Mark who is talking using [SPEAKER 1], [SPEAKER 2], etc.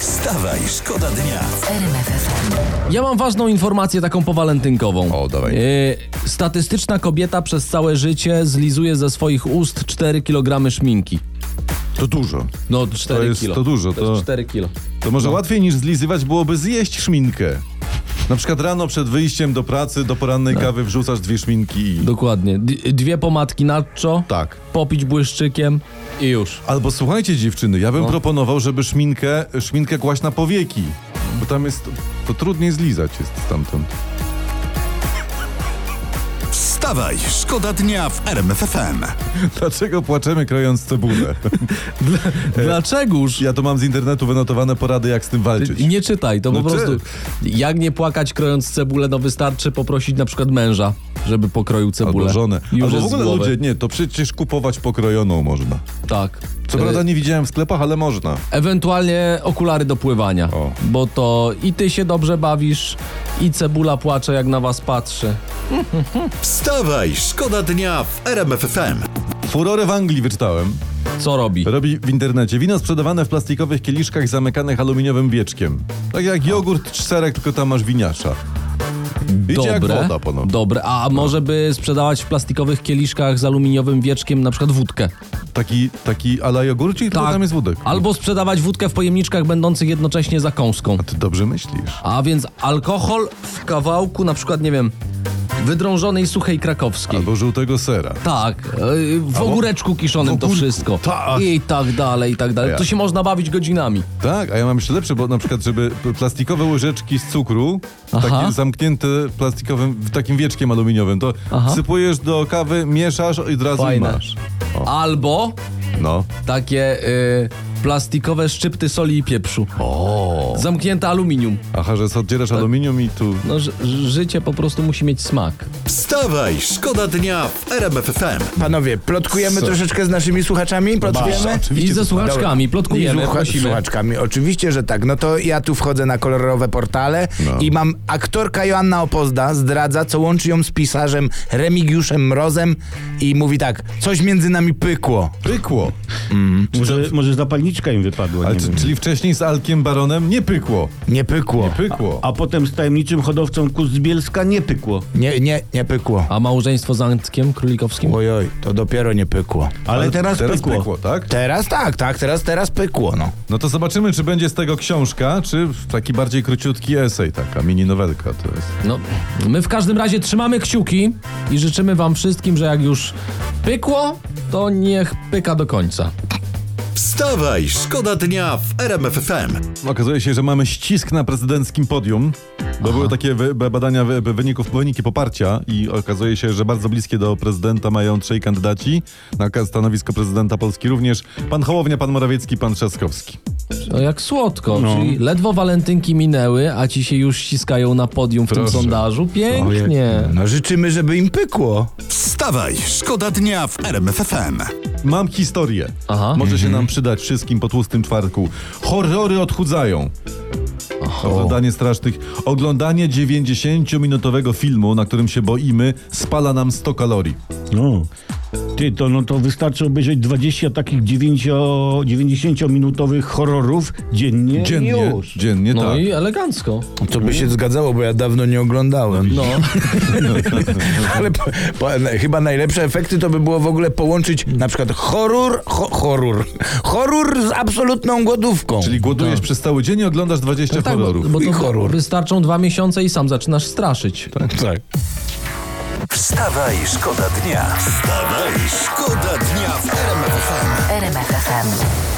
[SPEAKER 1] Wstawaj, szkoda dnia.
[SPEAKER 2] Ja mam ważną informację taką powalentynkową.
[SPEAKER 1] O, dawaj.
[SPEAKER 2] Yy, statystyczna kobieta przez całe życie zlizuje ze swoich ust 4 kg szminki.
[SPEAKER 3] To dużo.
[SPEAKER 2] No 4
[SPEAKER 3] jest-
[SPEAKER 2] kilo.
[SPEAKER 3] to dużo,
[SPEAKER 2] To jest
[SPEAKER 3] to-
[SPEAKER 2] 4 kilo.
[SPEAKER 3] To może łatwiej niż zlizywać byłoby zjeść szminkę. Na przykład rano przed wyjściem do pracy, do porannej
[SPEAKER 2] No.
[SPEAKER 3] kawy wrzucasz dwie szminki i...
[SPEAKER 2] Dokładnie. D- dwie pomadki nacho.
[SPEAKER 3] Tak.
[SPEAKER 2] Popić błyszczykiem i już.
[SPEAKER 3] Albo słuchajcie dziewczyny, ja
[SPEAKER 2] No.
[SPEAKER 3] bym proponował, żeby szminkę, szminkę kłaść na powieki. Bo tam jest... To trudniej zlizać jest stamtąd.
[SPEAKER 1] Wstawaj, szkoda dnia w RMFFM.
[SPEAKER 3] Dlaczego płaczemy krojąc cebulę?
[SPEAKER 2] Dlaczegoż?
[SPEAKER 3] Ja to mam z internetu wynotowane porady, jak z tym walczyć.
[SPEAKER 2] Ty Nie czytaj, to
[SPEAKER 3] No
[SPEAKER 2] po
[SPEAKER 3] czy-
[SPEAKER 2] prostu. Jak nie płakać krojąc cebulę, no wystarczy poprosić na przykład męża, żeby pokroił cebulę.
[SPEAKER 3] Albo żonę.
[SPEAKER 2] Już
[SPEAKER 3] Albo w
[SPEAKER 2] jest
[SPEAKER 3] ogóle
[SPEAKER 2] z głowy.
[SPEAKER 3] ludzie, nie, to przecież kupować pokrojoną można.
[SPEAKER 2] Tak.
[SPEAKER 3] Co
[SPEAKER 2] Y,
[SPEAKER 3] prawda nie widziałem w sklepach, ale można.
[SPEAKER 2] Ewentualnie okulary do pływania.
[SPEAKER 3] O.
[SPEAKER 2] Bo to i ty się dobrze bawisz, i cebula płacze, jak na was patrzy.
[SPEAKER 1] Wstawaj, szkoda dnia w RMFFM.
[SPEAKER 3] Furorę w Anglii wyczytałem.
[SPEAKER 2] Co robi?
[SPEAKER 3] Robi w internecie. Wino sprzedawane w plastikowych kieliszkach zamykanych aluminiowym wieczkiem. Tak jak jogurt czy serek, tylko tam masz winiacza. Idzie jak
[SPEAKER 2] Dobre.
[SPEAKER 3] woda ponownie.
[SPEAKER 2] Dobre. A może by sprzedawać w plastikowych kieliszkach z aluminiowym wieczkiem na przykład wódkę?
[SPEAKER 3] Taki, taki ala jogurcik,
[SPEAKER 2] Tak.
[SPEAKER 3] tylko No tam jest wódek.
[SPEAKER 2] Albo sprzedawać wódkę w pojemniczkach będących jednocześnie za kąską.
[SPEAKER 3] Ty dobrze myślisz.
[SPEAKER 2] A więc alkohol w kawałku na przykład, nie wiem, wydrążonej suchej krakowskiej.
[SPEAKER 3] Albo żółtego sera.
[SPEAKER 2] Tak, yy, w ogóreczku kiszonym
[SPEAKER 3] w
[SPEAKER 2] to
[SPEAKER 3] ogórku,
[SPEAKER 2] wszystko.
[SPEAKER 3] tak.
[SPEAKER 2] I tak dalej, i tak dalej.
[SPEAKER 3] Ja.
[SPEAKER 2] To się można bawić godzinami.
[SPEAKER 3] Tak, a ja mam jeszcze lepsze, bo na przykład, żeby p- plastikowe łyżeczki z cukru, takie zamknięte plastikowym, w takim wieczkiem aluminiowym, to
[SPEAKER 2] Aha.
[SPEAKER 3] sypujesz do kawy, mieszasz i od razu
[SPEAKER 2] Fajne.
[SPEAKER 3] masz.
[SPEAKER 2] Albo
[SPEAKER 3] No.
[SPEAKER 2] takie y, plastikowe szczypty soli i pieprzu.
[SPEAKER 3] O.
[SPEAKER 2] Zamknięte aluminium.
[SPEAKER 3] Aha, że
[SPEAKER 2] Tak.
[SPEAKER 3] oddzielasz aluminium i tu...
[SPEAKER 2] No, ż- życie po prostu musi mieć smak.
[SPEAKER 1] Wstawaj, szkoda dnia w RMFFM.
[SPEAKER 4] Panowie, plotkujemy
[SPEAKER 3] Co?
[SPEAKER 4] troszeczkę z naszymi słuchaczami? Plotkujemy?
[SPEAKER 2] I ze
[SPEAKER 3] to-
[SPEAKER 2] słuchaczkami plotkujemy,
[SPEAKER 4] I słucha-
[SPEAKER 2] prosimy.
[SPEAKER 4] słuchaczkami, oczywiście, że tak. No to ja tu wchodzę na kolorowe portale i mam aktorka Joanna Opozda zdradza, co łączy ją z pisarzem Remigiuszem Mrozem i mówi tak, coś między nami pykło.
[SPEAKER 3] Pykło.
[SPEAKER 5] Może, może zapalniczka im wypadła,
[SPEAKER 3] Ale
[SPEAKER 5] nie
[SPEAKER 3] czy,
[SPEAKER 5] wiem.
[SPEAKER 3] czyli wcześniej z Alkiem Baronem nie pykło.
[SPEAKER 4] Nie pykło. Nie,
[SPEAKER 3] Pykło.
[SPEAKER 5] A potem z tajemniczym hodowcą kus z Bielska nie pykło.
[SPEAKER 4] nie, nie, pykło.
[SPEAKER 2] A małżeństwo z Antkiem Królikowskim?
[SPEAKER 4] Oj, oj, to dopiero nie pykło.
[SPEAKER 5] Ale, teraz, pykło.
[SPEAKER 3] tak?
[SPEAKER 4] Teraz tak, tak, teraz, teraz pykło, no.
[SPEAKER 3] No to zobaczymy, czy będzie z tego książka, czy taki bardziej króciutki esej, taka mini nowelka to jest.
[SPEAKER 2] No, my w każdym razie trzymamy kciuki i życzymy wam wszystkim, że jak już pykło, to niech pyka do końca.
[SPEAKER 1] Wstawaj, szkoda dnia w RMFFM.
[SPEAKER 3] Okazuje się, że mamy ścisk na prezydenckim podium, bo były takie wy, b- badania wy, b- wyników, wyniki poparcia i okazuje się, że bardzo bliskie do prezydenta mają trzej kandydaci na ka- stanowisko prezydenta Polski również. Pan Hołownia, pan Morawiecki, pan Trzaskowski.
[SPEAKER 2] No jak słodko, czyli ledwo walentynki minęły, a ci się już ściskają na podium w
[SPEAKER 3] Proszę.
[SPEAKER 2] tym sondażu. Pięknie.
[SPEAKER 4] No życzymy, żeby im pykło.
[SPEAKER 1] Wstawaj, szkoda dnia w RMFFM.
[SPEAKER 3] Mam historię.
[SPEAKER 2] Aha. Mhm.
[SPEAKER 3] Może się nam przydać wszystkim po tłustym czwartku. Horrory odchudzają. Oglądanie strasznych. Oglądanie 90-minutowego filmu, na którym się boimy, spala nam 100 kalorii.
[SPEAKER 5] No. Ty, to, no to wystarczy obejrzeć 20 takich 9, 90-minutowych horrorów dziennie,
[SPEAKER 3] Dziennie.
[SPEAKER 5] i już.
[SPEAKER 3] Dziennie,
[SPEAKER 2] No
[SPEAKER 3] tak.
[SPEAKER 2] i elegancko.
[SPEAKER 4] To by się zgadzało, bo ja dawno nie oglądałem.
[SPEAKER 2] No.
[SPEAKER 4] Ale po, po, na, chyba najlepsze efekty to by było w ogóle połączyć na przykład horror, ho, horror, horror z absolutną głodówką.
[SPEAKER 3] Czyli głodujesz
[SPEAKER 2] Tak.
[SPEAKER 3] przez cały dzień i oglądasz 20
[SPEAKER 2] No tak, bo,
[SPEAKER 3] horrorów.
[SPEAKER 2] bo
[SPEAKER 4] I
[SPEAKER 2] to
[SPEAKER 4] horror.
[SPEAKER 2] wystarczą dwa miesiące i sam zaczynasz straszyć.
[SPEAKER 4] tak.
[SPEAKER 1] Wstawaj, szkoda dnia. Wstawaj, szkoda dnia w RMFFM.
[SPEAKER 6] RMFFM.